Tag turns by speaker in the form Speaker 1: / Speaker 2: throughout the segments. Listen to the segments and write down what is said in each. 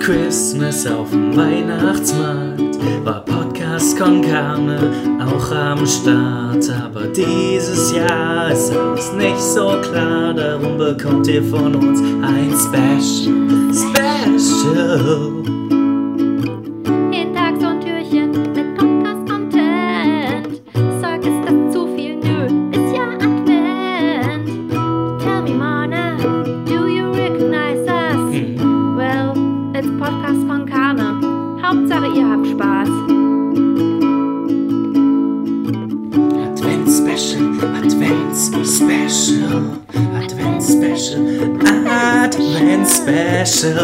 Speaker 1: Christmas auf dem Weihnachtsmarkt war Podcast Con Carne auch am Start. Aber dieses Jahr ist alles nicht so klar, darum bekommt ihr von uns ein Special. Special.
Speaker 2: Jeden Tag so ein Türchen mit Podcast-Content. Sag, ist das zu viel? Nö, ist ja Advent. Tell me, Mona, do you recognize us?
Speaker 1: Hm.
Speaker 2: Well, it's Podcast von Karne. Hauptsache, ihr habt Spaß.
Speaker 1: Advent Special, Advent Special, Advent Special, Advent Special,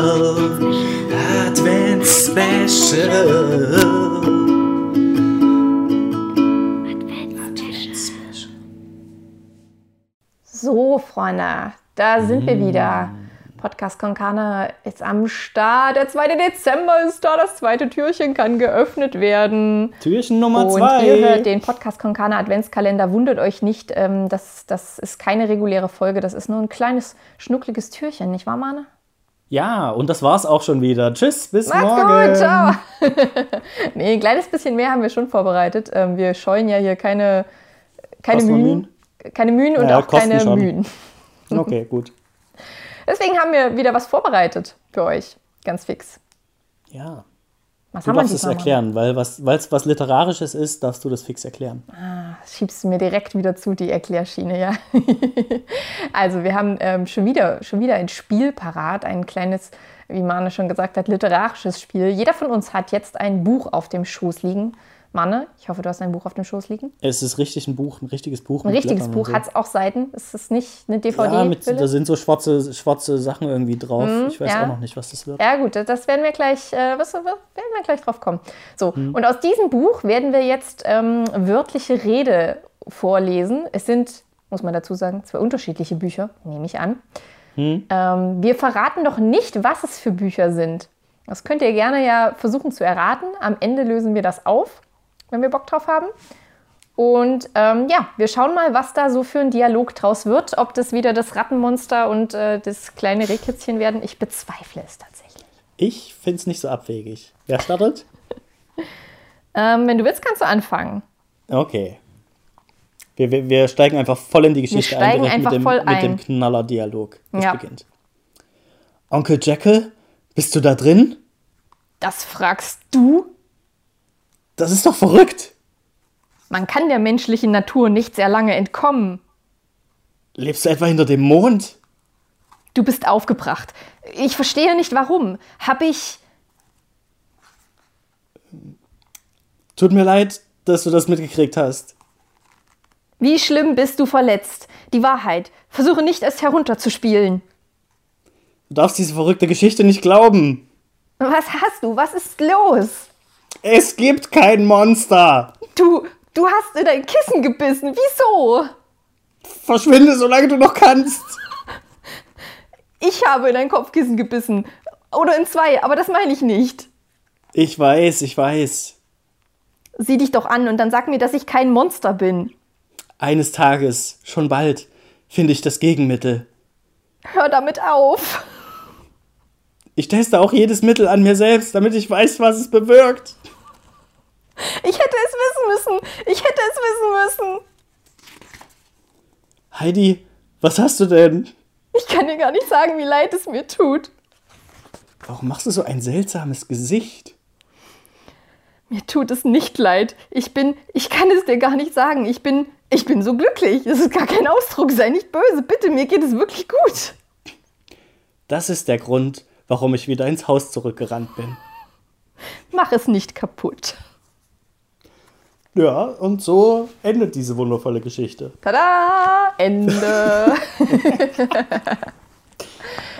Speaker 1: Advent Special.
Speaker 3: So, Freunde, da sind wir wieder.
Speaker 1: Mm.
Speaker 3: Podcast Konkane ist am Start. Der 2. Dezember ist da. Das zweite Türchen kann geöffnet werden.
Speaker 1: Türchen Nummer
Speaker 3: Und
Speaker 1: zwei.
Speaker 3: ihr hört den Podcast Konkane Adventskalender. Wundert euch nicht, ähm, das, das ist keine reguläre Folge. Das ist nur ein kleines, schnuckliges Türchen, nicht wahr, Mane?
Speaker 1: Ja, und das war's auch schon wieder. Tschüss, bis
Speaker 3: Macht's
Speaker 1: morgen.
Speaker 3: gut, ciao. nee, ein kleines bisschen mehr haben wir schon vorbereitet. Ähm, wir scheuen ja hier keine, keine
Speaker 1: Kosten und
Speaker 3: Mühen. Keine Mühen und
Speaker 1: Ja,
Speaker 3: auch
Speaker 1: Kosten
Speaker 3: keine
Speaker 1: schon.
Speaker 3: Mühen.
Speaker 1: Okay, gut.
Speaker 3: Deswegen haben wir wieder was vorbereitet für euch. Ganz fix.
Speaker 1: Ja,
Speaker 3: Was
Speaker 1: du
Speaker 3: haben wir
Speaker 1: darfst es
Speaker 3: diesmal?
Speaker 1: erklären, weil was, weil's was Literarisches ist, darfst du das fix erklären.
Speaker 3: Das schiebst du mir direkt wieder zu, die Erklärschiene, ja. also wir haben ähm, schon, wieder, schon wieder ein Spiel parat, ein kleines, wie Mane schon gesagt hat, literarisches Spiel. Jeder von uns hat jetzt ein Buch auf dem Schoß liegen. Mane, ich hoffe, du hast ein Buch auf dem Schoß liegen.
Speaker 1: Es ist richtig ein Buch, ein richtiges Buch.
Speaker 3: Ein
Speaker 1: mit
Speaker 3: richtiges
Speaker 1: Blättern und
Speaker 3: Buch,
Speaker 1: so.
Speaker 3: hat es auch Seiten. Ist es nicht eine
Speaker 1: Ja, Ah, mit,
Speaker 3: DVD-Hülle?
Speaker 1: da sind so schwarze, schwarze Sachen irgendwie drauf. ich weiß
Speaker 3: ja.
Speaker 1: auch noch nicht, was das wird.
Speaker 3: Ja, gut, das werden wir gleich, äh, was, was- werden wir gleich drauf kommen. So, und aus diesem Buch werden wir jetzt ähm, wörtliche Rede vorlesen. Es sind, muss man dazu sagen, zwei unterschiedliche Bücher, nehme ich an. Ähm, wir verraten doch nicht, was es für Bücher sind. Das könnt ihr gerne ja versuchen zu erraten. Am Ende lösen wir das auf, wenn wir Bock drauf haben. Und ähm, ja, wir schauen mal, was da so für ein Dialog draus wird. Ob das wieder das Rattenmonster und äh, das kleine Rehkitzchen werden. Ich bezweifle es tatsächlich.
Speaker 1: Ich finde es nicht so abwegig. Wer startet?
Speaker 3: Ähm, wenn du willst, kannst du anfangen.
Speaker 1: Okay. Wir, wir, wir steigen einfach voll in die Geschichte
Speaker 3: steigen
Speaker 1: direkt
Speaker 3: einfach
Speaker 1: mit dem,
Speaker 3: voll
Speaker 1: mit dem
Speaker 3: ein.
Speaker 1: Knaller-Dialog. Das
Speaker 3: Ja.
Speaker 1: beginnt. Onkel Jekyll, bist du da drin?
Speaker 3: Das fragst du?
Speaker 1: Das ist doch verrückt.
Speaker 3: Man kann der menschlichen Natur nicht sehr lange entkommen.
Speaker 1: Lebst du etwa hinter dem Mond?
Speaker 3: Du bist aufgebracht. Ich verstehe nicht warum. Hab ich.
Speaker 1: Tut mir leid, dass du das mitgekriegt hast.
Speaker 3: Wie schlimm bist du verletzt? Die Wahrheit. Versuche nicht, es herunterzuspielen.
Speaker 1: Du darfst diese verrückte Geschichte nicht glauben.
Speaker 3: Was hast du? Was ist los?
Speaker 1: Es gibt kein Monster.
Speaker 3: Du, du hast in dein Kissen gebissen. Wieso?
Speaker 1: Verschwinde, solange du noch kannst.
Speaker 3: Ich habe in dein Kopfkissen gebissen. Oder in zwei, aber das meine ich nicht.
Speaker 1: Ich weiß, ich weiß.
Speaker 3: Sieh dich doch an und dann sag mir, dass ich kein Monster bin.
Speaker 1: Eines Tages, schon bald, finde ich das Gegenmittel.
Speaker 3: Hör damit auf.
Speaker 1: Ich teste auch jedes Mittel an mir selbst, damit ich weiß, was es bewirkt.
Speaker 3: Ich hätte es wissen müssen. Ich hätte es wissen müssen.
Speaker 1: Heidi, was hast du denn?
Speaker 3: Ich kann dir gar nicht sagen, wie leid es mir tut.
Speaker 1: Warum machst du so ein seltsames Gesicht?
Speaker 3: Mir tut es nicht leid. Ich bin, ich kann es dir gar nicht sagen. Ich bin, ich bin so glücklich. Es ist gar kein Ausdruck. Sei nicht böse. Bitte, mir geht es wirklich gut.
Speaker 1: Das ist der Grund, warum ich wieder ins Haus zurückgerannt bin.
Speaker 3: Mach es nicht kaputt.
Speaker 1: Ja, und so endet diese wundervolle Geschichte.
Speaker 3: Tada! Ende.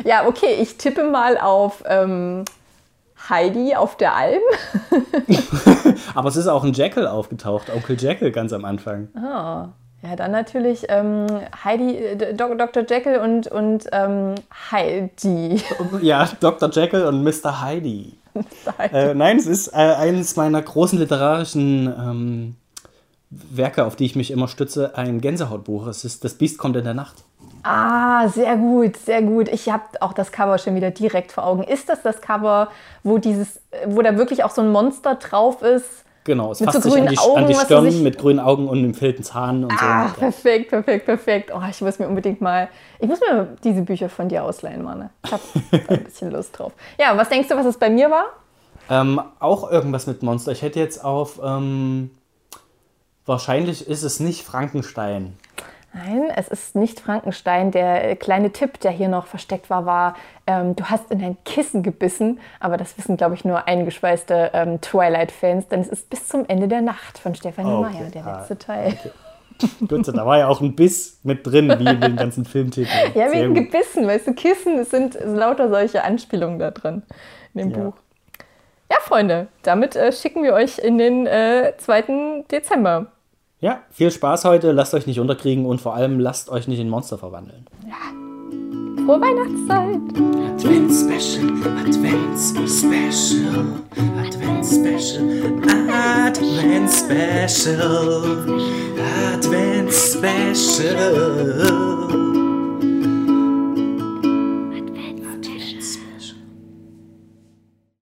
Speaker 3: ja, okay, ich tippe mal auf ähm, Heidi auf der Alm.
Speaker 1: Aber es ist auch ein Jekyll aufgetaucht, Onkel Jekyll ganz am Anfang.
Speaker 3: Ah, Ja, dann natürlich ähm, Heidi, äh, D- Doc- Dr. Jekyll und, und ähm, Heidi.
Speaker 1: Ja, Dr. Jekyll und Mr. Heidi. Äh, nein, es ist äh, eines meiner großen literarischen ähm, Werke, auf die ich mich immer stütze, ein Gänsehautbuch. Es ist Das Biest kommt in der Nacht.
Speaker 3: Ah, sehr gut, sehr gut. Ich habe auch das Cover schon wieder direkt vor Augen. Ist das das Cover, wo dieses, äh, wo da wirklich auch so ein Monster drauf ist?
Speaker 1: Genau, es
Speaker 3: Mit
Speaker 1: fasst
Speaker 3: so
Speaker 1: sich an
Speaker 3: grünen
Speaker 1: die, an
Speaker 3: Augen,
Speaker 1: die
Speaker 3: was sie
Speaker 1: Stirn
Speaker 3: sich-
Speaker 1: mit grünen Augen und einem fehlten Zahn und
Speaker 3: Ah,
Speaker 1: so. Ja.
Speaker 3: perfekt, perfekt, perfekt. Oh, ich muss mir unbedingt mal, ich muss mir diese Bücher von dir ausleihen, Mann. Ich habe ein bisschen Lust drauf. Ja, was denkst du, was es bei mir war?
Speaker 1: Ähm, auch irgendwas mit Monster. Ich hätte jetzt auf. Ähm, wahrscheinlich ist es nicht Frankenstein.
Speaker 3: Nein, es ist nicht Frankenstein. Der äh, kleine Tipp, der hier noch versteckt war, war, ähm, du hast in dein Kissen gebissen. Aber das wissen, glaube ich, nur eingeschweißte ähm, Twilight-Fans, denn es ist bis zum Ende der Nacht von Stefanie
Speaker 1: Okay,
Speaker 3: Meyer, der
Speaker 1: ah,
Speaker 3: letzte Teil.
Speaker 1: Gut, da war ja auch ein Biss mit drin, wie in den ganzen Filmtiteln.
Speaker 3: Ja,
Speaker 1: Sehr
Speaker 3: wegen
Speaker 1: gut.
Speaker 3: gebissen, weißt du, Kissen, es sind lauter solche Anspielungen da drin in dem
Speaker 1: Ja.
Speaker 3: Buch. Ja, Freunde, damit äh, schicken wir euch in den äh, 2. Dezember.
Speaker 1: ja, viel Spaß heute. Lasst euch nicht unterkriegen und vor allem lasst euch nicht in Monster verwandeln.
Speaker 3: Frohe Weihnachtszeit!
Speaker 1: Advent Special, Advent Special, Advent Special, Ah. Advent Special, Advent Special.